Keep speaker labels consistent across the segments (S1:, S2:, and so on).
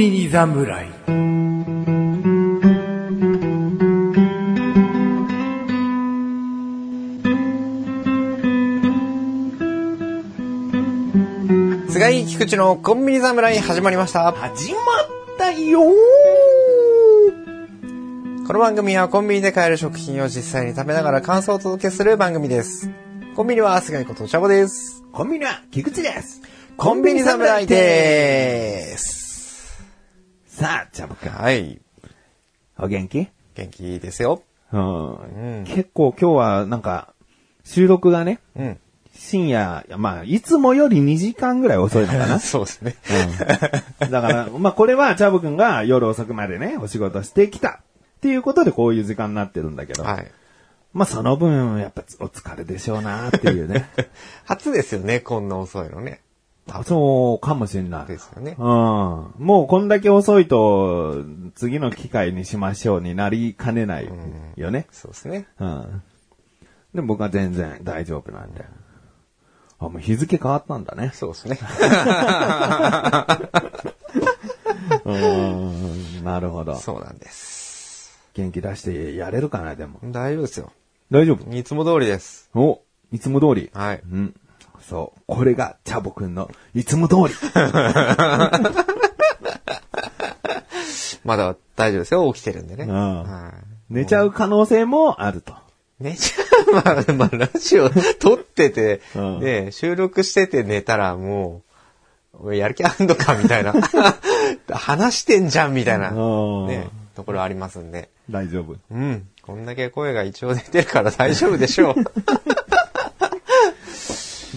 S1: 侍
S2: 菅井菊池のコンビニ侍始まりました。
S1: 始まったよ
S2: この番組はコンビニで買える食品を実際に食べながら感想をお届けする番組です。コンビニは菅井ことチャボです。
S1: コンビニは菊池です
S2: コンビニ侍でーす。
S1: さあ、チャボくん、
S2: はい。
S1: お元気
S2: 元気ですよ。
S1: うん
S2: うん
S1: 結構今日はなんか、収録がね、
S2: うん。。
S1: 深夜、まあ、いつもより2時間ぐらい遅いのか な
S2: そうですね。
S1: うんだから、まあこれはチャボくんが夜遅くまでね、お仕事してきた。っていうことでこういう時間になってるんだけ ど。
S2: はい。
S1: まあその分、やっぱお疲れでしょうなってい うね。
S2: 初ですよね、こんな遅いのね。
S1: あそうかもしれない。
S2: ですよね
S1: うん。もうこんだけ遅いと、次の機会にしましょうになりかねないよね。
S2: そうですね。
S1: うん。でも僕は全然大丈夫なんで。あ、もう日付変わったんだね。
S2: そうですね。
S1: うん。なるほど。
S2: そうなんです。
S1: 元気出してやれるかな、でも。
S2: 大丈夫ですよ。
S1: 大丈夫
S2: いつも通りです。
S1: お、いつも通り。
S2: はい。
S1: うん。そう。これが、チャボくんの、いつも通 り。
S2: まだ大丈夫ですよ。起きてるんでね。
S1: うん
S2: はい
S1: 寝ちゃう可能性もあると。
S2: 寝ちゃう。 まあ、まあ、ラジオ撮ってて、
S1: うん
S2: ね、収録してて寝たらもう、おいやる気あんのかみたいな。 話してんじゃんみたいな、
S1: うん
S2: ね、ところありますんで。
S1: 大丈夫。
S2: うん。こんだけ声が一応出てるから大丈夫で しょう。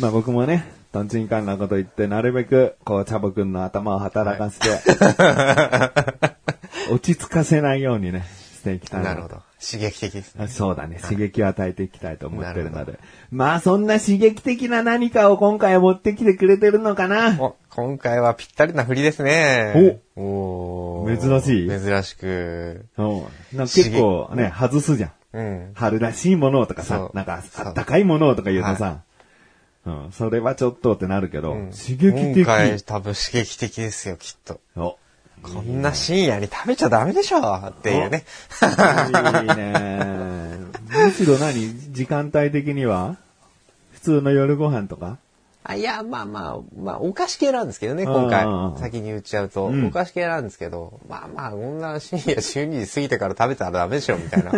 S1: まあ僕もね、とんちんかんなこと言って、なるべく、こう、チャボくんの頭を働か せて、落ち着かせないようにね、していきたい
S2: なるほど。刺激的ですね。
S1: あそうだね。刺激を与えていきたいと思ってる
S2: な
S1: の
S2: る
S1: で。まあそんな刺激的な何かを今回持ってきてくれてるのかな
S2: お、今回はぴったりな振りですね。おおー
S1: 珍しい
S2: 珍しく。
S1: うんなんか結構ね、外すじゃん。
S2: うん。
S1: 春らしいものとか
S2: そ
S1: さ
S2: う、
S1: なんか
S2: そう
S1: あったかいものとか言うとさ、うん、それはちょっとってなるけど、刺激
S2: 今
S1: 的。
S2: 回多分刺激的ですよ、きっと。
S1: お
S2: こんな深夜に食べちゃダメでしょっていうね。
S1: いいね。むしろ何時間帯的には普通の夜ご飯とか
S2: あいや、まあまあ、まあ、お菓子系なんですけどね、
S1: うん
S2: 今
S1: うん
S2: 回。先に言っちゃうと、
S1: うん
S2: お菓子系なんですけど、まあまあ、こんな深夜12時過ぎてから食べたらダメでしょ、みたい な。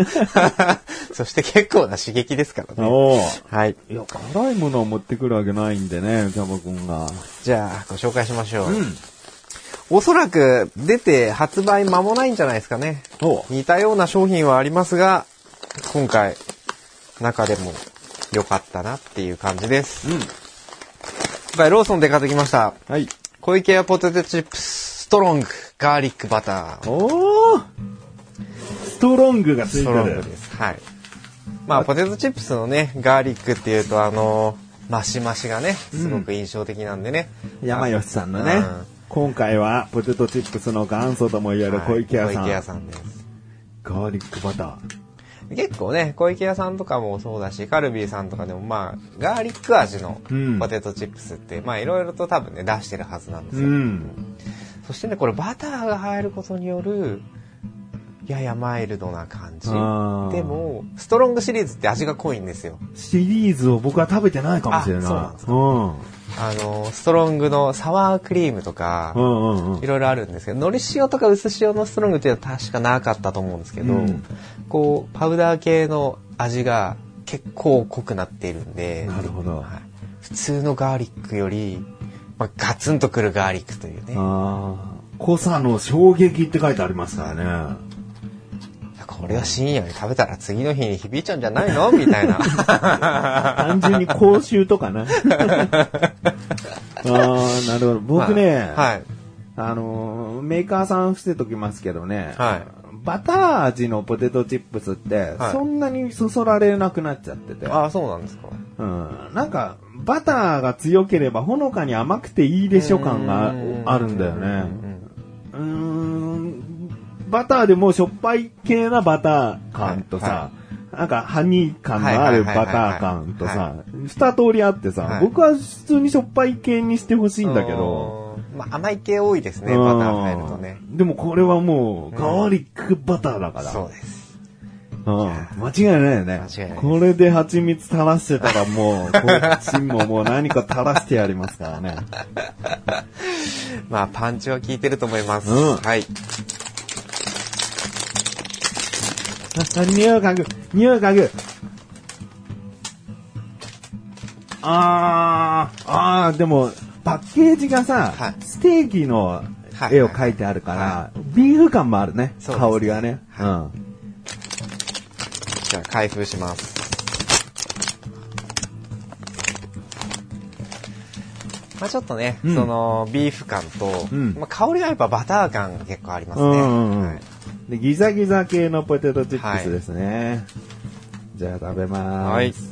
S2: そして結構な刺激ですからね。
S1: お
S2: はい。
S1: いや、辛いものを持ってくるわけないんでね、ジャボくんが。
S2: じゃあ、ご紹介しましょう。
S1: ん
S2: おそらく、出て発売間もないんじゃないですかね。
S1: お
S2: 似たような商品はありますが、今回、中でも良かったなっていう感じです。
S1: うん。
S2: 今回、ローソンで買ってきました。
S1: はい。
S2: 小池屋ポテトチップス、ストロング、ガーリックバター。
S1: おーストロングがつ
S2: ス
S1: い
S2: ト
S1: て
S2: ロング
S1: る。
S2: です。はい。まあ、ポテトチップスのね、ガーリックっていうと、あのーマシマシがね、すごく印象的なんでね。
S1: 山吉さんのね
S2: うん、
S1: 今回はポテトチップスの元祖ともいえる
S2: はい
S1: 小池屋さん。
S2: 小池屋さんです。
S1: ガーリックバタ
S2: 結構ね、小池屋さんとかもそうだし、カルビーさんとかでもまあ、ガーリック味の
S1: うん
S2: ポテトチップスって、まあいろいろと多分ね、出してるはずなんで
S1: ー。
S2: す
S1: う
S2: よ。
S1: ん。
S2: そしてね、これバターが入ることによる、ややマイルドな感じ。
S1: あー
S2: でも、ストロングシリーズって味が濃いんですよ。
S1: シリーズを僕は食べてないかもしれない。
S2: あそうなんです
S1: うん。
S2: あの、ストロングのサワークリームとか
S1: う、んうんうん
S2: い。ろいろあるんですけど、海苔塩とか薄塩のストロングっていうのは確かなかったと思うんですけど、
S1: うん
S2: こう、パウダー系の味が結構濃くなっているんで、
S1: なるほど
S2: はい普通のガーリックより、まあ、ガツンとくるガーリックというね。
S1: ああ、濃さの衝撃って書いてありますからね。
S2: これは深夜に食べたら次の日に響いちゃうんじゃないの みたいな。
S1: 単純に口臭とか な。ああ、なるほど。僕ね、
S2: はい。
S1: あのーメーカーさん伏せときますけどね、
S2: は
S1: バター味のポテトチップスって、
S2: はい
S1: そんなにそそられなくなっちゃってて、
S2: ああ、そうなんですか。
S1: うん、なんか、バターが強ければほのかに甘くていいでしょ感があるんだよね。うーんバターでもしょっぱい系なバター感とさ、
S2: は
S1: なんか、ハニー感のあるバター感と
S2: はいはい
S1: さ、二通りあってさ、
S2: はい
S1: 僕は普通にしょっぱい系にしてほしいんだけど、
S2: うん。まあ甘い系多いですね、
S1: うん
S2: バター入るとね。
S1: でもこれはもう、ガーリックバターだから。
S2: そうです。
S1: うん。間違いない
S2: 間違
S1: よね。
S2: いないです
S1: これで蜂蜜垂らしてたらもう、こっちももう何か垂らしてやりますからね。
S2: まあパンチは効いてると思います。
S1: うん
S2: はい。
S1: ああ匂い嗅ぐ匂い嗅ぐあー、あー、でも、パッケージがさ、
S2: はい
S1: ステーキの絵を描いてあるから、
S2: は
S1: ビーフ感もあるね、
S2: そうです
S1: 香
S2: ね
S1: りがね。うん。
S2: じゃあ開封します。まあちょっとね、
S1: うん
S2: そのビーフ感と、
S1: うん
S2: まあ香りがやっぱバター感が結構ありますね。
S1: うんうんうん
S2: はい
S1: でギザギザ系のポテトチップ
S2: は
S1: ス
S2: い
S1: ですね。じゃあ食べまーす。
S2: は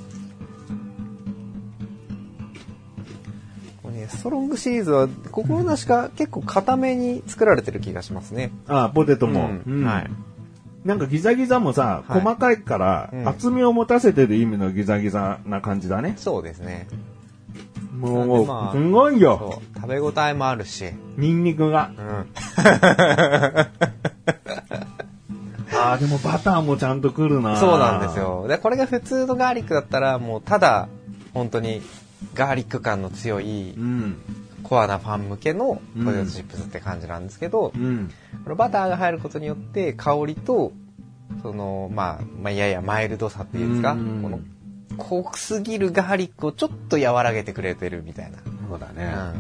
S2: い。これね、ストロングシリーズは心なしか結構固めに作られてる気がしますね。
S1: あーポテトも、
S2: うん
S1: うん
S2: はい
S1: なんかギザギザもさ、
S2: はい
S1: 細かいから、
S2: うん
S1: 厚みを持たせてる意味のギザギザな感じだね。
S2: そうですね。なん
S1: もう、
S2: でまあ
S1: すごいよ。
S2: そう食べ応えもあるし。
S1: ニンニクが。
S2: うん。
S1: ああ、でもバターもちゃんとくるな。
S2: そうなんです。よ。で、これが普通のガーリックだったら、もうただ、本当にガーリック感の強い
S1: うん。
S2: コアなファン向けの
S1: うん
S2: ポテトチップスって感じなんですけど
S1: う、ん。
S2: このバターが入ることによって香りと、その、まあ、まあ、ややマイルドさっていうんですか、
S1: うん
S2: この濃すぎるガーリックをちょっと和らげてくれてるみたい
S1: そうだね。
S2: な。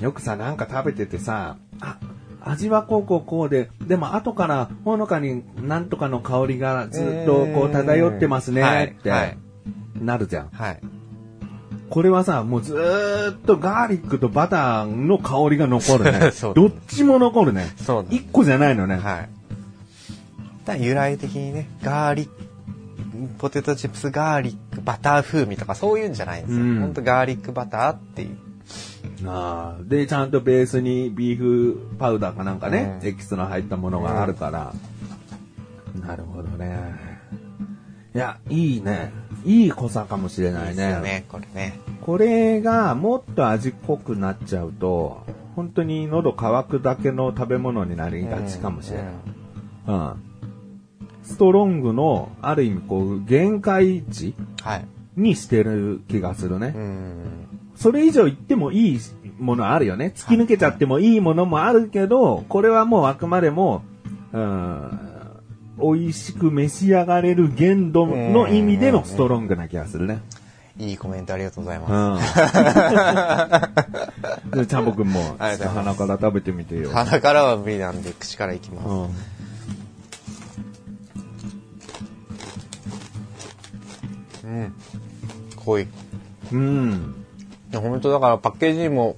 S1: よくさ、なんか食べててさ、あ、味はこうこうこうで、でも後からほのかになんとかの香りがずっとこう漂ってます
S2: うんは
S1: ね
S2: い
S1: って
S2: はい
S1: なるじゃん。
S2: はい。。
S1: これはさ、もうずーっとガーリックとバターの香りが残る ね
S2: そう
S1: どっちも残るね。
S2: そうなんです
S1: 一個じゃないのね。
S2: はい。だから由来的にね、ガーリック、ポテトチップスガーリックバター風味とかそういうんじゃないんですよ。
S1: うん
S2: ほんとガーリックバターっていう。
S1: あーで、ちゃんとベースにビーフパウダーかなんかね、
S2: うん
S1: エキスの入ったものがあるから。なるほどね。いや、いいね。いい濃さかもしれ
S2: いい
S1: な
S2: で
S1: い
S2: す
S1: ね。
S2: よね、これね。
S1: これがもっと味濃くなっちゃうと、本当に喉乾くだけの食べ物になりがちかもしれない。うん。ストロングの、ある意味こう、限界値
S2: はい。
S1: にしてる気がするね。
S2: うん。
S1: それ以上言ってもいいものあるよね。突き抜けちゃってもいいものもあるけど、これはもうあくまでも、うん、美味しく召し上がれる限度の意味でのストロングな気がするね。
S2: いいコメントありがとうございます。
S1: うん。で、ちゃんぼくんも、
S2: ありがとうございます
S1: 鼻から食べてみてよ。
S2: 鼻からは無理なんで口からいきます。
S1: うん。
S2: うん。濃い。
S1: うん。
S2: 本当だからパッケージにも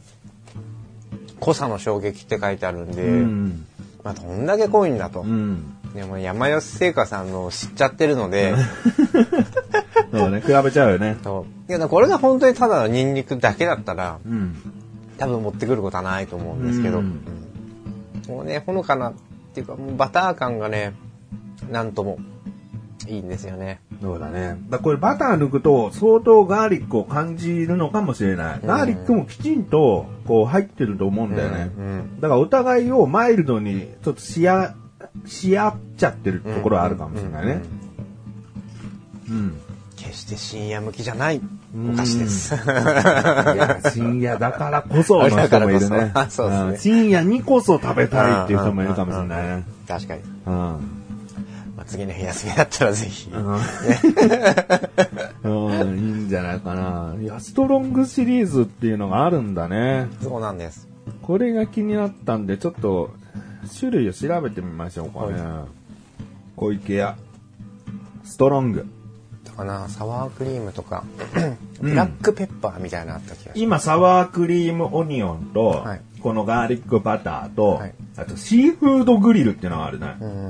S2: 濃さの衝撃って書いてあるんで、
S1: うん。
S2: まあどんだけ濃いんだと。
S1: うん。
S2: でも山吉製菓さんの知っちゃってるので、
S1: そうね、比べちゃうよね。
S2: そういやこれが本当にただのニンニクだけだったら
S1: うん。
S2: 多分持ってくることはないと思うんですけど、
S1: う
S2: うんんもうねほのかなっていうかもうバター感がねなんともいいんですよね
S1: そうだね。だこれバター抜くと相当ガーリックを感じるのかもしれない。
S2: うん
S1: ガーリックもきちんとこう入ってると思うんだよね。
S2: うん
S1: だからお互いをマイルドにちょっとしや、し合っちゃってるところはあるかもしれないね。うん。
S2: 決して深夜向きじゃないお菓子です、
S1: いや、深夜だからこそ の
S2: だか
S1: 人
S2: ら
S1: もい
S2: こそ
S1: るね。
S2: あそうですね
S1: ん深夜にこそ食べたいっていう人もいるかもし れないね。
S2: 確かに、
S1: うん。
S2: まあ、次の日休みだったらぜひ、
S1: うん、いいんじゃないかな。いや、ストロングシリーズっていうのがあるんだね。
S2: そうなんです
S1: これが気になったんで、ちょっと、種類を調べてみましょうかね。小池屋、ストロング。
S2: だからサワークリームとかブラックペッパーみたいなのあった気がし
S1: 今、サワークリームオニオンと、
S2: はい
S1: このガーリックバターと、
S2: はい
S1: あとシーフードグリルっていうのがあるね。
S2: ます、うん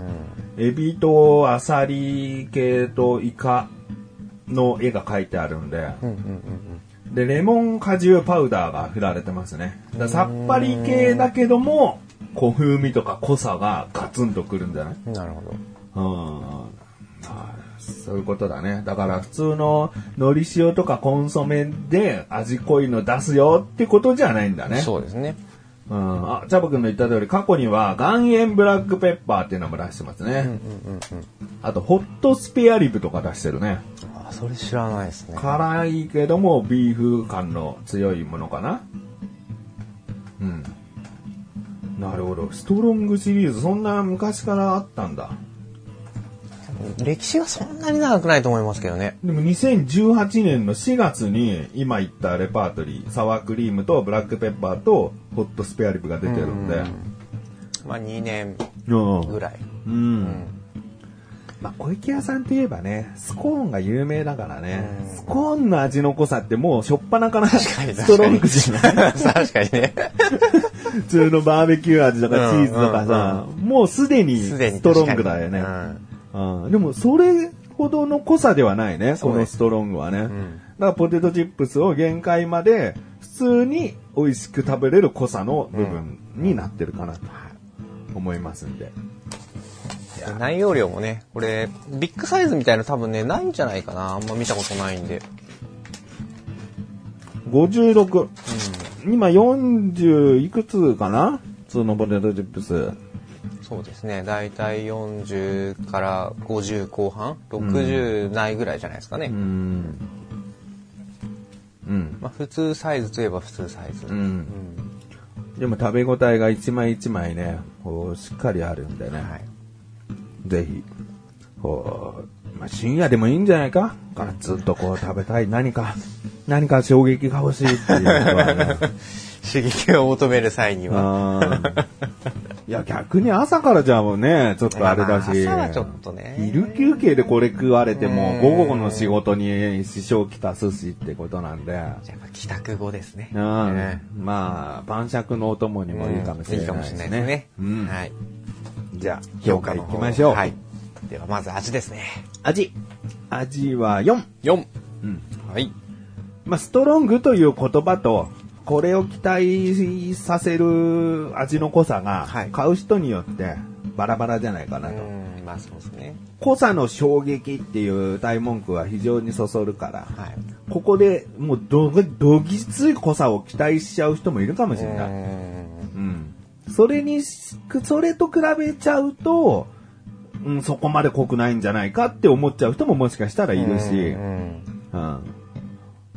S1: エビとアサリ系とイカの絵が描いてあるんで、
S2: うんうんうん
S1: で、レモン果汁パウダーが振られてますね。だからさっぱり系だけども、こう風味とか濃さがガツンとくるんじゃない
S2: うんなるほど
S1: うん。はいそういうことだね。だから普通の海苔塩とかコンソメで味濃いの出すよってことじゃないんだね。
S2: そうですね。
S1: うん。あ、チャボ君の言った通り、過去には岩塩ブラックペッパーっていうのも出してますね。あと、ホットスペアリブとか出してるね。
S2: あ、それ知らないですね。
S1: 辛いけども、ビーフ感の強いものかな。うん。なるほど。ストロングシリーズ、そんな昔からあったんだ。
S2: 歴史がそんなに長くないと思いますけどね。
S1: でも2018年の4月に今言ったレパートリー、サワークリームとブラックペッパーとホットスペアリブが出てるんで。
S2: まあ2年
S1: うん
S2: ぐ。 らい。
S1: うん。まあ、小池屋さんといえばね、スコーンが有名だからね、スコーンの味の濃さってもうしょっぱなから
S2: 確かに確かに
S1: ストロングじゃ ない
S2: 確かにね。
S1: 普通のバーベキュー味とかチーズとかさ、もうすでに
S2: すでに
S1: ストロングだよね。
S2: 確かに
S1: うんでもそれほどの濃さではないね、こ
S2: うで
S1: の
S2: す
S1: ストロングはね。
S2: ん
S1: だからポテトチップスを限界まで普通に美味しく食べれる濃さの部分になってるかなと思いますんで。
S2: うん内容量もね、これ、ビッグサイズみたいな多分ね、ないんじゃないかな。あんま見たことないんで。
S1: 56。今40いくつかな普通のポテトチップス。
S2: そうですね。だいたい40から50後半 ?60 ないぐらいじゃないですかね。
S1: うん。うん。
S2: まあ普通サイズといえば普通サイズ。
S1: うん
S2: う。ん
S1: でも食べ応えが一枚一枚ね、こうしっかりあるんでね。
S2: はい。
S1: ぜひ、こう、まあ、深夜でもいいんじゃないかからずっとこう食べたい何か、何か衝撃が欲しいっていうの はね。
S2: 刺激を求める際には。
S1: うんいや、逆に朝からじゃあもうね、ちょっとあれだし。
S2: まあ朝はちょっとね
S1: 昼休憩でこれ食われても、午後の仕事に支障きたすしってことなんで。
S2: じゃあやっぱ帰宅後ですね。
S1: うん
S2: ね
S1: まあ、晩酌のお供にもいいかもしれない
S2: いいかもしれないですね。
S1: うん
S2: はい。
S1: じゃあ、評
S2: 評
S1: 価
S2: 価
S1: い
S2: の方
S1: きましょう。
S2: はい。ではまず味ですね。
S1: 味。味は4。
S2: 4。
S1: うん。
S2: はい。
S1: まあ、ストロングという言葉と、これを期待させる味の濃さが
S2: はい、
S1: 買う人によってバラバラじゃないかな
S2: う
S1: と。
S2: ん、まあそうですね。
S1: 濃さの衝撃っていう大文句は非常にそそるから、
S2: はい。
S1: ここでもうど、どぎつい濃さを期待しちゃう人もいるかもしれ
S2: う
S1: ない。
S2: ん。
S1: うん。それにし、それと比べちゃうと、うん、そこまで濃くないんじゃないかって思っちゃう人ももしかしたらいるし、
S2: うん。
S1: うん。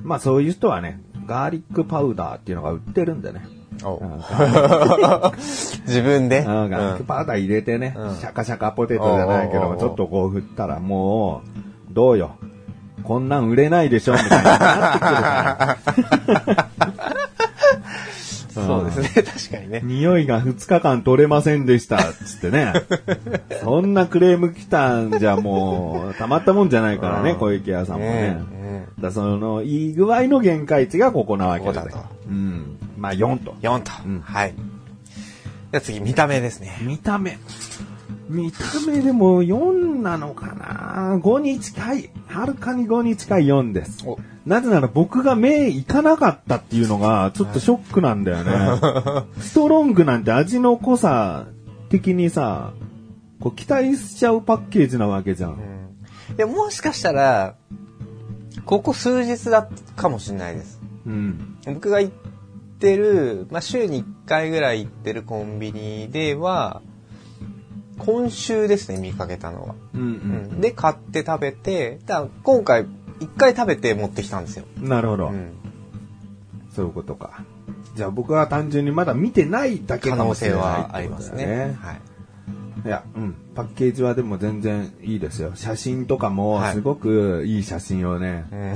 S1: まあそういう人はね、ガーリックパウダーっていうのが売ってるんでね。
S2: お
S1: うん
S2: 自分で。
S1: ガ
S2: うん
S1: ーリックパウダー入れてね、
S2: うん
S1: シャカシャカポテトじゃないけど
S2: おうおうお
S1: も、
S2: う
S1: ちょっとこう振ったらもう、どうよ。こんなん売れないでしょみたいになってくるから。
S2: そうですね。確かにね。
S1: 匂いが2日間取れませんでした、つってね。そんなクレーム来たんじゃもう、たまったもんじゃないからね、
S2: うん
S1: 小池屋さんもね。
S2: ねうん
S1: だからその、いい具合の限界値がここなわけ
S2: ここだと
S1: うん。まあ4と。
S2: 4と。
S1: うん
S2: はい。じゃあ次、見た目ですね。
S1: 見た目。見た目でも4なのかな ?5 に近い。はるかに5に近い4です。
S2: お
S1: なぜなら僕が目いかなかったっていうのがちょっとショックなんだよね。 ストロングなんて味の濃さ的にさ、こう期待しちゃうパッケージなわけじゃん。
S2: でももしかしたら、ここ数日だったかもしれないです。
S1: うん。
S2: 僕が行ってる、まあ、週に1回ぐらい行ってるコンビニでは、今週ですね、見かけたのは。
S1: うんう。
S2: うんん、で、買って食べて、だから今回、1回食べて持ってきたんですよ。
S1: なるほど、
S2: うん、
S1: そういうことか。じゃあ僕は単純にまだ見てないだけ
S2: 可
S1: かも
S2: 能
S1: し
S2: 性
S1: れないってこと
S2: は
S1: だ
S2: あ
S1: よ
S2: りますね。はい。
S1: いや、うん。パッケージはでも全然いいですよ。写真とかも、
S2: はい
S1: すごくいい写真を ね、
S2: う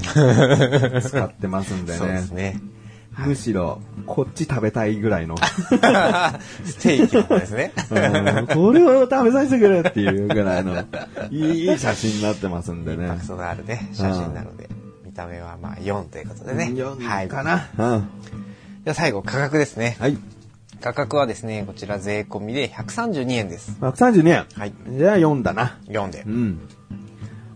S2: ん、
S1: 使ってますんで
S2: そうで
S1: ね
S2: す。ね。
S1: むしろ、こっち食べたいぐらいの。
S2: ステーキとかですね。
S1: うんこれを食べさせてくれっていうぐらいの、いい写真になってますんでね
S2: たく。さんあるね、写真なので。見た目はまあ4ということでね。はい。
S1: 4か
S2: じ
S1: な、うん。
S2: ゃあ最後、価格ですね。
S1: はい。
S2: 価格はですね、こちら税込みで132円です。
S1: 132円。
S2: はい
S1: じゃあ4だな。
S2: 4で
S1: う。ん。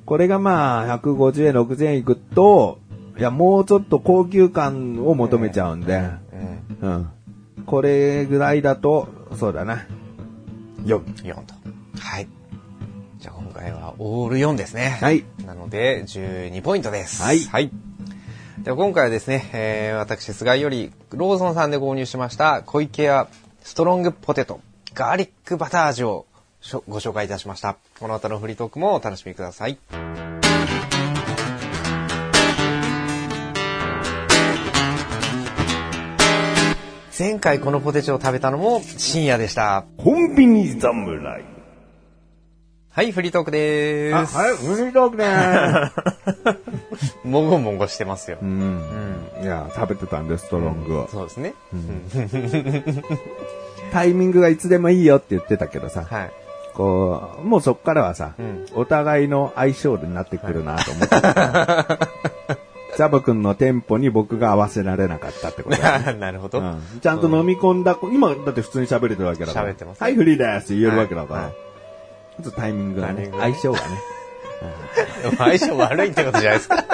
S1: これがまあ、150円、60円いくと、いや、もうちょっと高級感を求めちゃうんで、
S2: うん。
S1: うん。これぐらいだと、そうだな。
S2: 4。4と。はい。じゃあ今今回はオール4ですね。
S1: はい。
S2: なので、12ポイントです。
S1: はい
S2: では今回はですね、えー私、菅井より、ローソンさんで購入しました、小池屋ストロングポテト、ガーリックバター味をしょご紹介いたしました。この後のフリートークもお楽しみください。前回このポテチを食べたのも深夜でした。
S1: コンビニ侍。
S2: はい、フリートークで
S1: あ、
S2: ーす。
S1: はい、フリー トークでーす。
S2: もごもごしてますよ。
S1: うん。
S2: うん。
S1: いや、食べてたんで、ストロングを。
S2: そうですね。
S1: タイミングがいつでもいいよって言ってたけどさ、
S2: はい。
S1: こう、もうそっからはさ、
S2: うん
S1: お互いの相性になってくるなと思って たから。ザボ君のテンポに僕が合わせられなかったってこ とだ、
S2: なるほど。
S1: うんちゃんと飲み込んだ、今だって普通に喋れてるわけだから。
S2: 喋ってます
S1: はい、フリーですって言えるわけだから。
S2: はい
S1: ちょっとタイミングが
S2: タイ
S1: ね
S2: ミングがね
S1: 相性がね。
S2: でも相性悪いってことじゃないですか。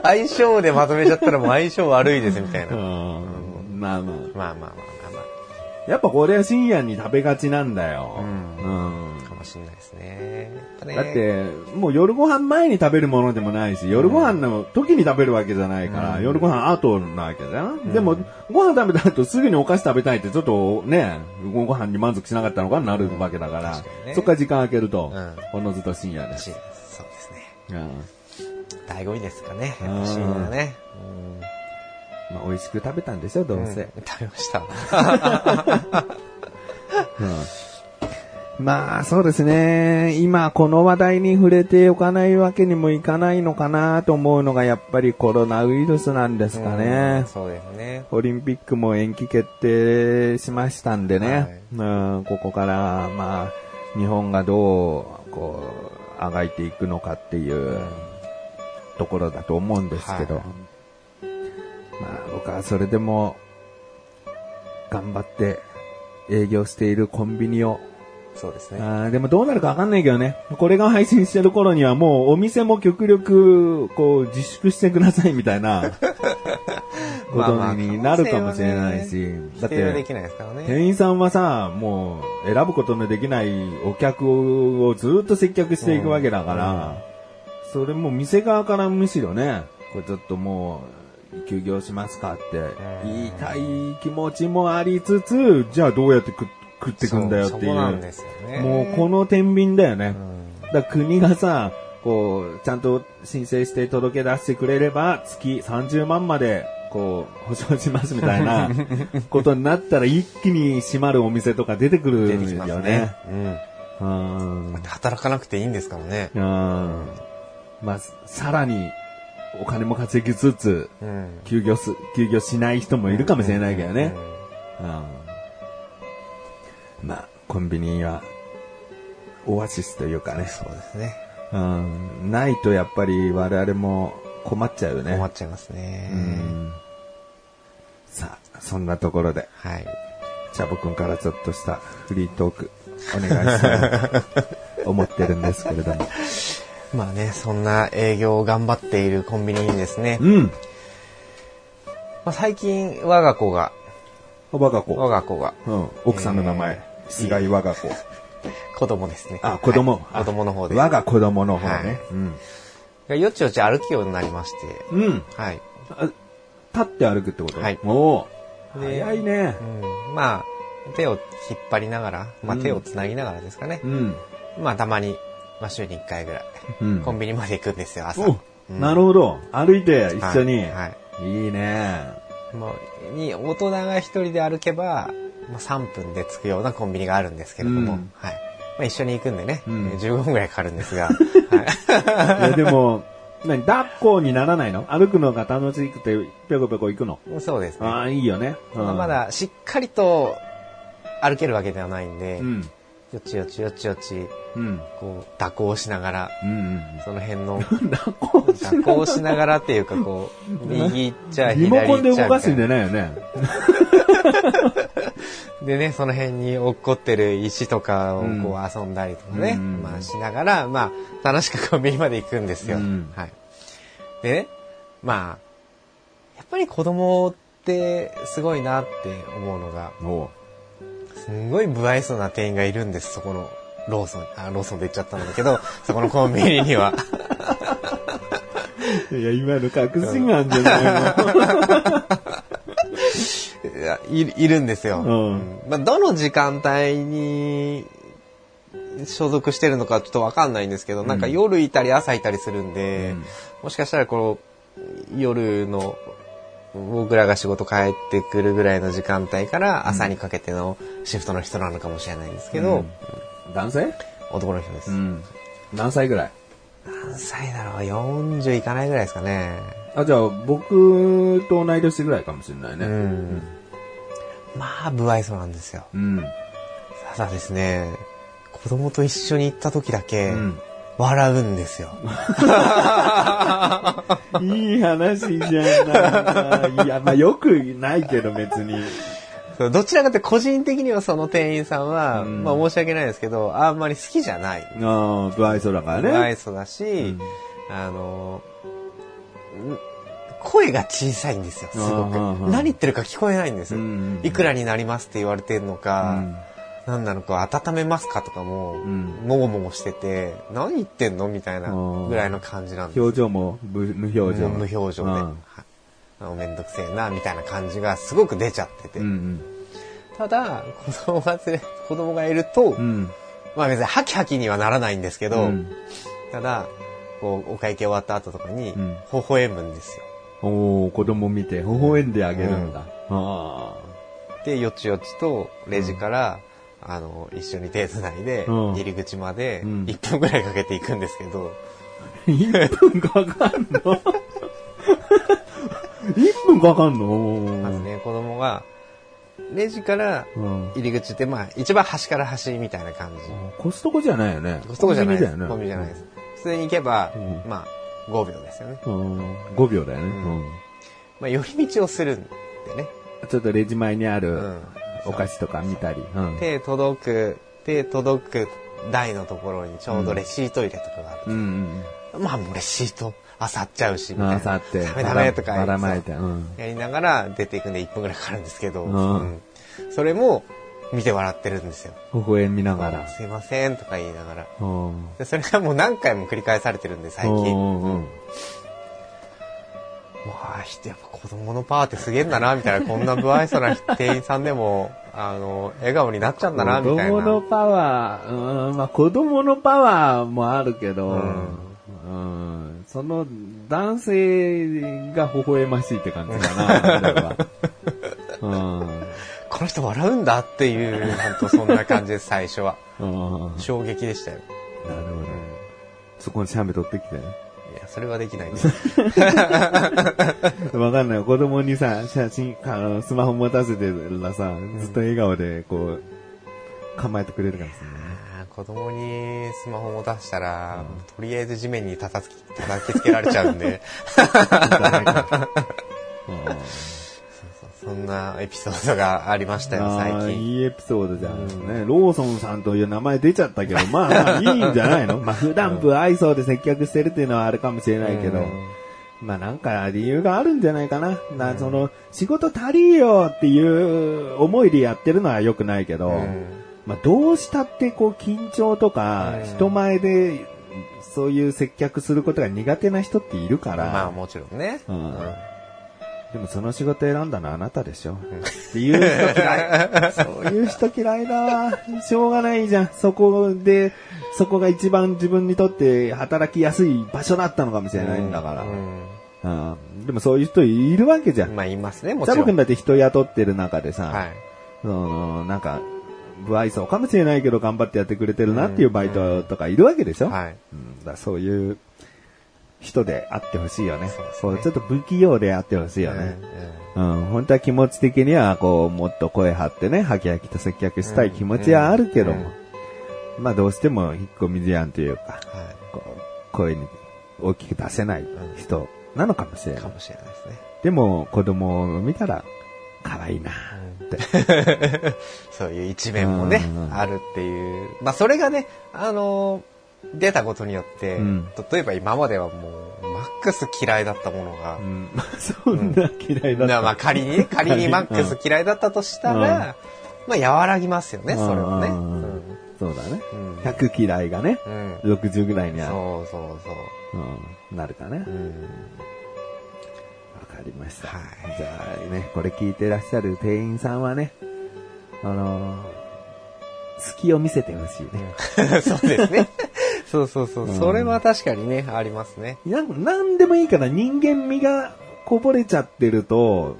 S2: 相性でまとめちゃったらもう相性悪いですみたいな。まあ
S1: うん。まあま
S2: まあま
S1: あ。
S2: あまあま
S1: やっぱこれは深夜に食べがちなんだよ。うん
S2: あ、かもしれないですね。やぱね
S1: だっ、て、もう夜ご飯前に食べるものでもないし、夜ご飯の時に食べるわけじゃないから、夜ご飯後なわけじゃん、でも、ご飯食べた後すぐにお菓子食べたいって、ちょっとね、ご飯に満足しなかったのかなるわけだから、
S2: 確かにね
S1: そっから時間空けると、
S2: うん
S1: おのずと深夜だ
S2: し
S1: し。
S2: そうですね。
S1: うん
S2: 醍醐味ですかね。やっぱ深夜だね。うん
S1: まあ、美味しく食べたんでしょ、どうせ。
S2: うん食べました。
S1: うんまあ、そうですね。今、この話題に触れておかないわけにもいかないのかなと思うのが、やっぱりコロナウイルスなんですかね
S2: うん。そうですね。
S1: オリンピックも延期決定しましたんでね、うん、ここから、まあ、日本がどう、こう、あがいていくのかっていうところだと思うんですけど、
S2: はい
S1: まあ、僕はそれでも、頑張って営業しているコンビニを、
S2: そうです
S1: あ
S2: ね。
S1: ーでもどうなるかわかんないけどね、これが配信してる頃にはもうお店も極力、こう、自粛してくださいみた いな、こ
S2: まあま
S1: と
S2: あ
S1: になるかもしれないし、だ
S2: 否
S1: っ
S2: 定はで
S1: て、
S2: きないですからね。
S1: 店員さんはさ、もう、選ぶことのできないお客をずっと接客していくわけだから、それも店側からむしろね、これちょっともう、休業しますかって言いたい気持ちもありつつ、じゃあどうやって食食ってくんだよって
S2: そ
S1: いう。
S2: うそこなんですよね。
S1: もうこの天秤だよね。
S2: うん
S1: だから国がさ、こう、ちゃんと申請して届け出してくれれば、月30万まで、こう、保証しますみた いなことになったら一気に閉まるお店とか出てくる
S2: 出
S1: ん
S2: て
S1: です
S2: き
S1: よ
S2: ます
S1: ね。
S2: ね。うん。
S1: うん。う
S2: だって働かなくていいんですからね。
S1: ん。まあ、さらに、お金も稼ぎつつ、
S2: うん。
S1: 休業す、休業しない人もいるかもしれないけどね。
S2: うんうん
S1: うんまあ、コンビニは、オアシスというかね、
S2: そうですね。
S1: うん、ないとやっぱり我々も困っちゃうよね。
S2: 困っちゃいますね
S1: う。んさあ、そんなところで、
S2: はい。
S1: チャボくんからちょっとしたフリートーク、お願いしたいな思ってるんですけれ ども。
S2: まあね、そんな営業を頑張っているコンビニにですね。
S1: うん、
S2: まあ、最近、我が子が、
S1: 我が
S2: 我
S1: 子。
S2: が子が、
S1: うん、奥さんの名前、菅井我が子。
S2: 子供ですね。
S1: あ、子供。
S2: はい子供の方で。
S1: 我が子供の方ね。
S2: はい
S1: うん。
S2: がよちよち歩くようになりまして。
S1: うん。
S2: はい。
S1: あ立って歩くってこと
S2: はい
S1: おー
S2: で
S1: 早いね
S2: う。ん。まあ、手を引っ張りながら、まあ
S1: うん
S2: 手をつなぎながらですかね
S1: う。ん。
S2: まあたまに、まあ週に1回ぐらい、
S1: うん
S2: コンビニまで行くんですよ、朝。
S1: お
S2: うん
S1: なるほど。歩いて一緒に。
S2: はいはい
S1: いいね。
S2: もう、に、大人が一人で歩けば、まあ、3分で着くようなコンビニがあるんですけれども、
S1: うん
S2: はい。まあ、一緒に行くんでね、
S1: うん
S2: えー15分ぐらいかかるん ですが、はい
S1: やでも、何抱っこにならないの歩くのが楽しくて、ぺこぺこ行くの。
S2: い。そうですね。
S1: ああ、いいよね。うん
S2: まあま。だ、しっかりと歩けるわけではないんで、
S1: うん。
S2: よちよちよちよち、
S1: うん。
S2: こう、蛇行しながら、
S1: うん。
S2: その辺 の、
S1: 蛇行し
S2: 蛇行しながらっていうか、こう、右行っちゃ、
S1: リ
S2: 左
S1: モ
S2: 行っちゃ
S1: コンで動かすん
S2: みた
S1: じ
S2: い
S1: ゃないよね。
S2: なでね、その辺に落っこってる石とかをこ
S1: うん
S2: う遊んだりとかね、
S1: うん
S2: まあしながら、まあ楽しくコンビニまで行くんですよ。
S1: うん
S2: はい。でね、まあ、やっぱり子供ってすごいなって思うのが、
S1: おう
S2: すんごい不愛想な店員がいるんです、そこのローソン、あ、ローソンで言っちゃったんだけど、そこのコンビニに は、
S1: いや、今の隠しマンじゃないの。
S2: いやいいるんですよ。
S1: うん
S2: うんまあ、どの時間帯に所属してるのかちょっとわかんないんですけど、なんか夜いたり朝いたりするんで、
S1: うん
S2: もしかしたらこの夜の僕らが仕事帰ってくるぐらいの時間帯から朝にかけてのシフトの人なのかもしれないですけど、
S1: うん男性
S2: 男の人です。
S1: ん。何歳ぐらい
S2: 何歳だろう ?40 いかないぐらいですかね。
S1: あ、じゃあ、僕と同い年ぐらいかもしれないうね。
S2: ん。まあ、不愛想なんですよ。
S1: うん。
S2: ただですね、子供と一緒に行った時だけ
S1: うん、
S2: 笑うんですよ。
S1: いい話じゃんなん か。いや、まあ、よくないけど、別に。
S2: そう どちらかって個人的にはその店員さんは、
S1: うん
S2: まあ申し訳ないですけど、あんまり好きじゃない。
S1: ああ、不愛想だからね。
S2: 愛想だし、
S1: ん
S2: あの、ん声が小さいんですよ、す
S1: あ
S2: ごく
S1: ーはーは。ー
S2: 何言ってるか聞こえないんですよ
S1: うんうん。うん
S2: いくらになりますって言われてるのか、何なのか、温めますかとかも、
S1: ん
S2: もごもごしてて、何言ってんのみたいな
S1: あー
S2: ぐらいの感じなんですよ
S1: 表情も無無表情。
S2: 無表情で、
S1: うん
S2: はいあめんどくせえなみたいな感じがすごく出ちゃってて、
S1: うん
S2: ただ子供が連れ子供がいると、
S1: うん。うん。
S2: まあ別にハキハキにはならないんですけど、
S1: ん
S2: ただこうお会計終わった後とかに、
S1: うん
S2: 微笑むんですよ
S1: おお子供見て、微笑んであげるんだ。あ
S2: でよちよちとレジから、あの一緒に手繋いで、
S1: うん
S2: 入り口まで
S1: うん
S2: 1分ぐらいかけていくんですけど、
S1: あ。1分かかんの ?1 分かかんの
S2: まずね子供がレジから
S1: うん。
S2: 入り口ってまあ一番端から端みたいな感じ、
S1: コストコじゃないよね。
S2: コストコじゃないです。
S1: コ
S2: コ
S1: ン
S2: ン
S1: ビ
S2: ビニ
S1: ニだ
S2: じゃ
S1: よ
S2: な
S1: ね
S2: いです。普通に行けば、
S1: うん
S2: まあ、5秒ですよね。
S1: うん5秒だよね。
S2: うん
S1: うん
S2: まあ、寄り道をするんでね。
S1: ちょっとレジ前にあ
S2: う
S1: る
S2: ん。
S1: お菓子とか見たり。うん
S2: 手届く、手届く台のところにちょうどレシート入れとかがある。
S1: うんうん
S2: まあ、もうレシート、漁っちゃうし、み
S1: う
S2: たい
S1: ん。
S2: な。
S1: あさって。
S2: ダメダメとか
S1: ばらま
S2: や
S1: いて。うん。
S2: りながら出ていくんで1分くらいかかるんですけど、
S1: うん
S2: うんそれも見て笑ってるんですよ。
S1: 微笑みながら。
S2: すいませんとか言いながら。
S1: うん。
S2: でそれがもう何回も繰り返されてるんで、最近。
S1: うんうんうん
S2: まあ、ひやっぱ子供のパワーってすげえんだな、みたいな。こんな不愛想な店員さんでも、あの、笑顔になっちゃうんだな、みたい
S1: 子供の
S2: な。
S1: パワー、うーん、まあ子供のパワーもあるけど、う
S2: うんん、
S1: その男性が微笑ましいって感じかな、それは。
S2: この人笑うんだっていう、本当そんな感じです、最初は。
S1: うん。うん。
S2: 衝撃でしたよ。
S1: なるほ
S2: う
S1: ど
S2: ん。。
S1: そこにシャンベ取ってきてね。
S2: いや、それはできないです。
S1: わかんない。子供にさ、写真、あのスマホ持たせてるらさ、ずっと笑顔で、こう、構えてくれるかもしれないね。
S2: あー子供にスマホ持たせたら、とりあえず地面に叩き叩きつけられちゃうんで、
S1: うん
S2: そんなエピソードがありましたよ、最
S1: あー
S2: 近。
S1: いいエピソードじゃん、ね。ローソンさんという名前出ちゃったけど、まあまあいいんじゃない のまあ普段不愛想で接客してるっていうのはあれかもしれないけど、
S2: うん
S1: まあなんか理由があるんじゃないかな。な、その、仕事足りーよっていう思いでやってるのは良くないけど、
S2: うん
S1: まあどうしたってこう緊張とか、
S2: うん
S1: 人前でそういう接客することが苦手な人っているから、
S2: まあもちろんね。
S1: うん
S2: うん
S1: でもその仕事選んだのはあなたでしょ。っていう人 嫌い。そういう人嫌いだわ。しょうがないじゃん。そこで、そこが一番自分にとって働きやすい場所だったのかもしれないんだから。
S2: うん
S1: うんでもそういう人いるわけじゃん。
S2: まあ、いますね、もち
S1: サボ
S2: ろ
S1: 君
S2: ん。
S1: だって人雇ってる中でさ、
S2: はい。
S1: その、なんか、不愛想かもしれないけど頑張ってやってくれてるなっていうバイトとかいるわけでしょ、
S2: はい。
S1: うん、だからそういう人であってほしいよね。
S2: そうですね
S1: こうちょっと不器用であってほしいよね。うん、本当は気持ち的には、こう、もっと声張ってね、はきはきと接客したい気持ちはあるけど
S2: う
S1: も、
S2: んうん
S1: まあどうしても引っ込み思案というか、
S2: うん。は
S1: こう声に大きく出せない人なのかもしれ
S2: い。
S1: ない。
S2: かもしれないですね。
S1: でも、子供を見たら、可愛いなって。
S2: そういう一面もね
S1: うんうんう、ん
S2: あるっていう。まあ、それがね、あのー、出たことによって、
S1: うん
S2: 例えば今まではもう、マックス嫌いだったものが
S1: う、ん、まあそんな嫌い
S2: だか
S1: だった。
S2: らまあ仮 にね、仮にマック
S1: う
S2: ス嫌いだったとしたら、まあ和らぎますよね、それはね。
S1: うん
S2: う
S1: うんうん
S2: ん
S1: そうだね
S2: うん。
S1: 100嫌いがね、
S2: うん。
S1: 60ぐらいには、
S2: そうそうそう。
S1: うん、なるかね。
S2: うん。
S1: わかりました。
S2: はい
S1: じゃあね、これ聞いてらっしゃる店員さんはね、あのー、隙を見せてほしいね。
S2: そうですね。そうそうそう。
S1: うん
S2: それは確かにね、ありますね。
S1: なんなんでもいいから人間味がこぼれちゃってると、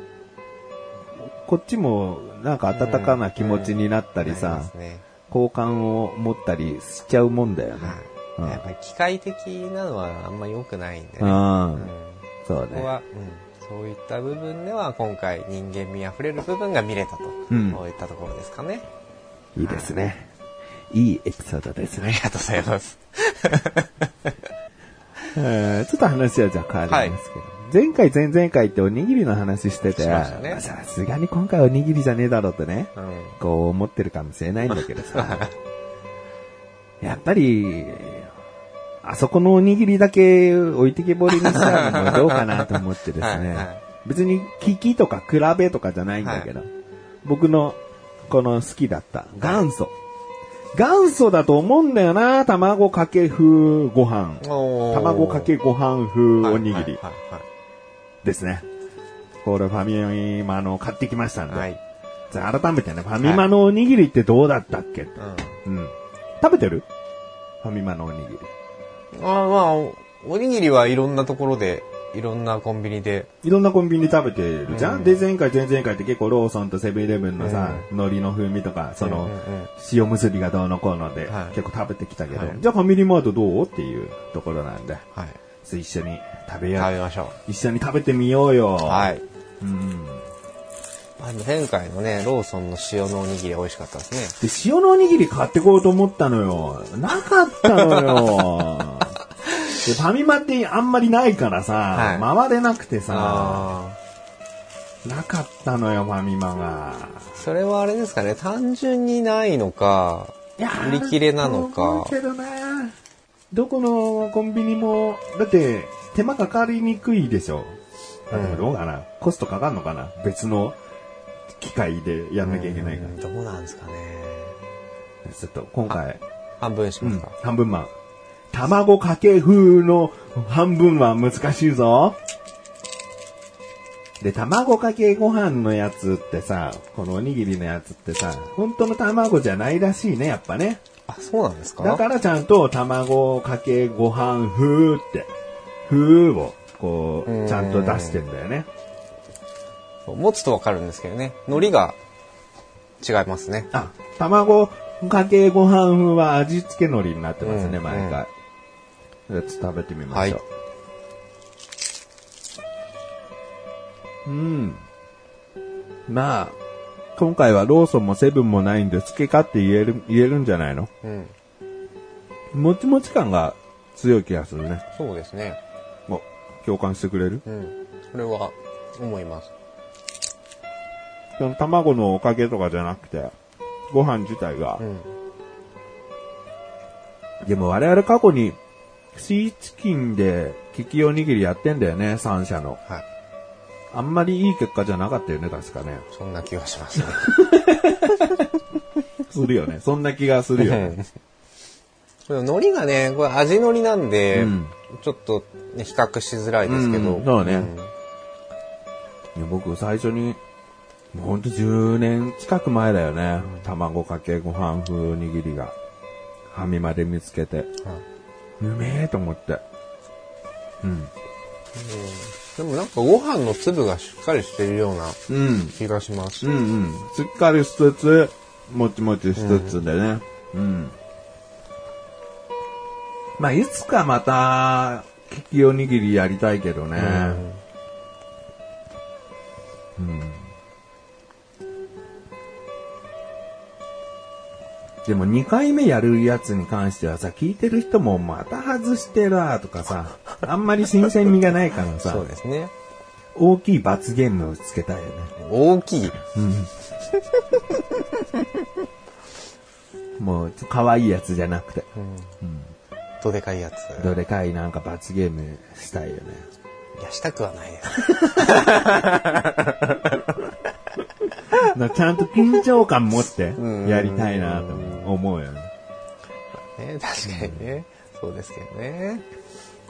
S1: こっちもなんか温かな気持ちになったり
S2: ありま
S1: さ
S2: す、ね。
S1: 好感を持ったりしちゃうもんだよね。
S2: はい。
S1: うん
S2: やっぱり機械的なのはあんま良くないんで
S1: う。
S2: ね。うんん
S1: そう
S2: ここ
S1: ね。
S2: は、うん、そういった部分では今回人間味あふれる部分が見れたと、
S1: うん
S2: そういったところですかね。
S1: いいですね。いいエピソードです
S2: あり
S1: ね。
S2: がとうございます。
S1: えーちょっと話はじゃあ変わりますけど。前回、前々回っておにぎりの話してて、
S2: しましたね
S1: まあさすがに今回おにぎりじゃねえだろうとね、
S2: うん。
S1: こう思ってるかもしれないんだけどさ。やっぱり、あそこのおにぎりだけ置いてけぼりにしちゃうのもどうかなと思ってです
S2: はい
S1: ね。
S2: はい
S1: 別に聞きとか比べとかじゃないんだけど、僕のこの好きだった元祖。元祖だと思うんだよな、卵かけ風ご飯。
S2: おー
S1: 卵かけご飯風おにぎり
S2: はいは
S1: ですね。これファミマの買ってきましたん
S2: い
S1: で。
S2: はい。はい。
S1: じゃあ改めてね、ファミマのおにぎりってどうだったっけ、
S2: うん。
S1: うん。食べてるファミマのおにぎり。
S2: あーまあ、おおにぎりはいろんなところで、いろんなコンビニで。
S1: いろんなコンビニで食べてるじゃ
S2: う
S1: ん、
S2: ん
S1: で、前回、前々回って結構ローソンとセブンイレブンのさ、海苔の風味とか、その、
S2: うんうん
S1: 塩結びがどうのこうので、
S2: はい
S1: 結構食べてきたけど、
S2: はい
S1: じゃあファミリーマートどうっていうところなんで、
S2: はい。
S1: そう一緒に食べよ
S2: 食
S1: う。
S2: べましょ
S1: 一緒に食べてみようよ。
S2: う。はい。
S1: うん。
S2: まあでも前回のね、ローソンの塩のおにぎり美味しかったですね。
S1: で、塩のおにぎり買ってこようと思ったのよ。なかったの よ。でファミマってあんまりないからさ、
S2: は
S1: 回れなくてさ、
S2: あ
S1: なかったのよ、ファミマが。
S2: あ。それはあれですかね、単純にないのか、
S1: いや
S2: 売り切れなのか
S1: あると思うけどなどこのコンビニも、だって、手間かかりにくいでしょ。だからどうかな、コストかかんのかな別の機械でやんなきゃいけないから。
S2: うんどうなんですかね。
S1: ちょっと今回、
S2: 半分にし
S1: う
S2: ます
S1: ん
S2: か。、
S1: 半分マン。卵かけ風の半分は難しいぞ。で、卵かけご飯のやつってさ、このおにぎりのやつってさ、本当の卵じゃないらしいね、やっぱね。
S2: あ、そうなんですか
S1: だからちゃんと卵かけご飯風って、風をこ
S2: う
S1: う、
S2: ん
S1: ちゃんと出してんだよね。
S2: そう持つとわかるんですけどね。海苔が違いますね。
S1: あ、卵かけご飯風は味付け海苔になってますね、
S2: うん
S1: 毎回。じゃあちょっと食べてみましょう。
S2: は
S1: うん。まあ、今回はローソンもセブンもないんで、漬けかって言える、言えるんじゃないの
S2: うん。
S1: もちもち感が強い気がするね。
S2: そうですね。
S1: もう、共感してくれる
S2: うん。それは思います。
S1: その卵のおかげとかじゃなくて、ご飯自体が
S2: う。ん。
S1: でも我々過去に、シーチキンで、利きおにぎりやってんだよね、3社の。
S2: はい。
S1: あんまりいい結果じゃなかったよね、確かね。
S2: そんな気がしますね。
S1: するよね。そんな気がす るよね。
S2: でも海苔がね、これ味海苔なんで、
S1: うん
S2: ちょっと、ね、比較しづらいですけど。
S1: うんそうね
S2: ん
S1: いや僕最初に、もうほんと10年近く前だよね。卵かけご飯風おにぎりが、はみまで見つけて、
S2: は
S1: うめえと思って。うん。
S2: いでもなんかご飯の粒がしっかりしてるような
S1: うん。
S2: 気がします。
S1: うんうん。しっかりしつつ、もちもちしつつでね。うん。まあ、いつかまた、利きおにぎりやりたいけどね。
S2: うん
S1: でも2回目やるやつに関してはさ、聞いてる人もまた外してらとかさ、あんまり新鮮味がないからさ
S2: そ、うですね。
S1: 大きい罰ゲームをつけたいよね。
S2: 大きい。
S1: もう、可愛いやつじゃなくて。
S2: どでかいやつ。
S1: どれかいなんか罰ゲームしたいよね。
S2: いや、したくはないです。
S1: なちゃんと緊張感持って
S2: ん
S1: やりたいなと思うよね。
S2: ね。確かにね。そうですけどね。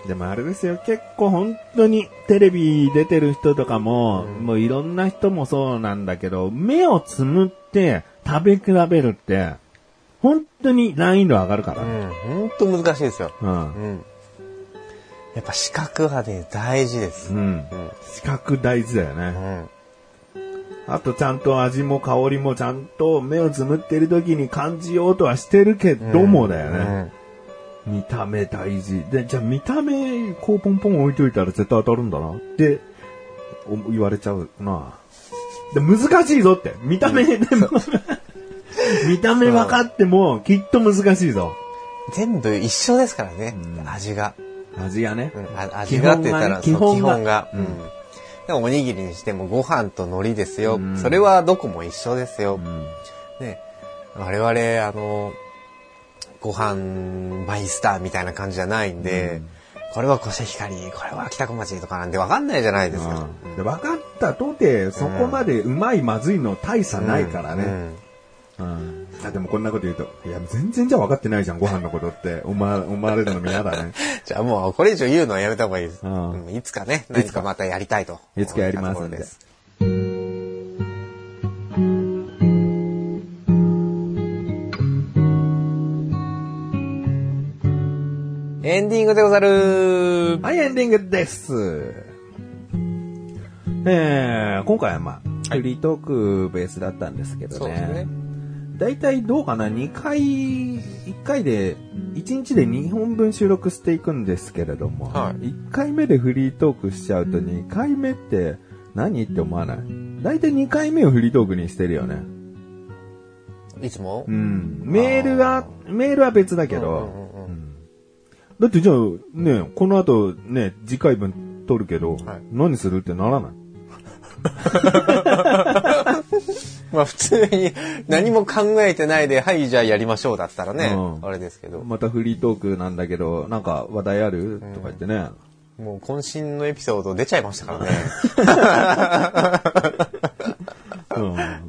S1: でもあれですよ、結構本当にテレビ出てる人とかも、
S2: うん
S1: もういろんな人もそうなんだけど、目をつむって食べ比べるって、本当に難易度上がるか
S2: う
S1: ら。
S2: ん、ほんと難しいですよ。
S1: うん
S2: う。ん。やっぱ視覚はね、大事です
S1: う。ん。
S2: うん。
S1: 視覚大事だよ
S2: う
S1: ね。
S2: ん。
S1: あとちゃんと味も香りもちゃんと目をつむってる時に感じようとはしてるけどもだよね。
S2: うん
S1: 見た目大事。で、じゃあ見た目、こうポンポン置いといたら絶対当たるんだなって、お言われちゃうな。で、難しいぞって。見た目でも、見た目分かっても、きっと難しいぞ。
S2: 全部一緒ですからね
S1: う、ん
S2: 味が。
S1: 味がね
S2: う。ん、あ味がって言ったら、
S1: 基
S2: そ
S1: 本
S2: の
S1: が
S2: 基本
S1: ね
S2: が。
S1: 基
S2: う
S1: 本
S2: ん
S1: が
S2: でもおにぎりにしてもご飯と海苔ですよ。
S1: うん
S2: それはどこも一緒ですよ
S1: う。ん。
S2: ね、我々、あの、ご飯マイスターみたいな感じじゃないんで、
S1: うん
S2: これはコシヒカリ、これは北小町とかなんで分かんないじゃないですか。
S1: うんで分かったとて、そこまでうまいまずいの大差ないから
S2: う
S1: ね。
S2: ん
S1: うん。あでもこんなこと言うと、いや、全然じゃあ分かってないじゃん、ご飯のことって思わ思われるのも 嫌だね。
S2: じゃあもうこれ以上言うのはやめた方がいいです。
S1: うん
S2: うんいつかね、何かまたやりたいと。
S1: いつかやりますんで
S2: ところ。エンディングでござる
S1: はい、エンディングです。えー、今回はまあ、フリートークベースだったんですけど
S2: そうです
S1: ね
S2: ね。
S1: だいたいどうかな ?2 回、1回で、1日で2本分収録していくんですけれども、
S2: は
S1: 1回目でフリートークしちゃうと2回目って何って思わないだいたい2回目をフリートークにしてるよね。
S2: いつも
S1: うん。メールは、メールは別だけ
S2: うん
S1: ど、
S2: うんうん
S1: うんだってじゃあ、ね、この後ね、次回分撮るけど、
S2: はい
S1: 何するってならない。
S2: まあ普通に何も考えてないで、はい、じゃあやりましょうだったらね、
S1: うん
S2: あれですけど、
S1: またフリートークなんだけど、なんか話題ある、とか言ってね。
S2: もう渾身のエピソード出ちゃいましたからね。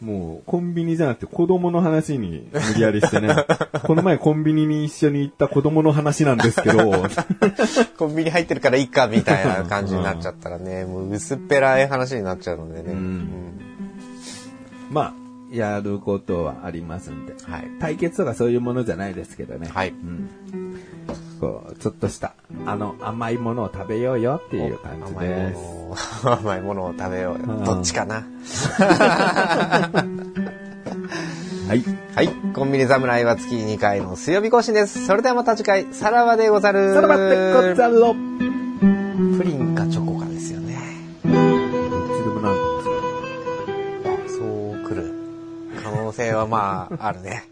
S1: うん、もう、コンビニじゃなくて子供の話に無理やりしてね。 この前コンビニに一緒に行った子供の話なんですけ ど、
S2: コンビニ入ってるからいいか、みたいな感じになっちゃったらね、もう薄っぺらい話になっちゃうのでね。
S1: んまあ、やることはありますんで。
S2: うんはい。
S1: 対決とかそういうものじゃないですけどね。
S2: はい
S1: うん。こう、ちょっとした、あの、甘いものを食べようよっていう感じ
S2: 甘いも
S1: で
S2: の
S1: す。
S2: を、 甘いものを食べようよ
S1: うん。
S2: どっちかな。
S1: はい。
S2: はい。コンビニ侍は月2回の水曜日更新です。それではまた次回、さらばでござる。
S1: さらばってこっちゃるぞ
S2: プリンかチョコかですよね。
S1: どっちでもなんか
S2: そう来る。可能性はまあ、あるね。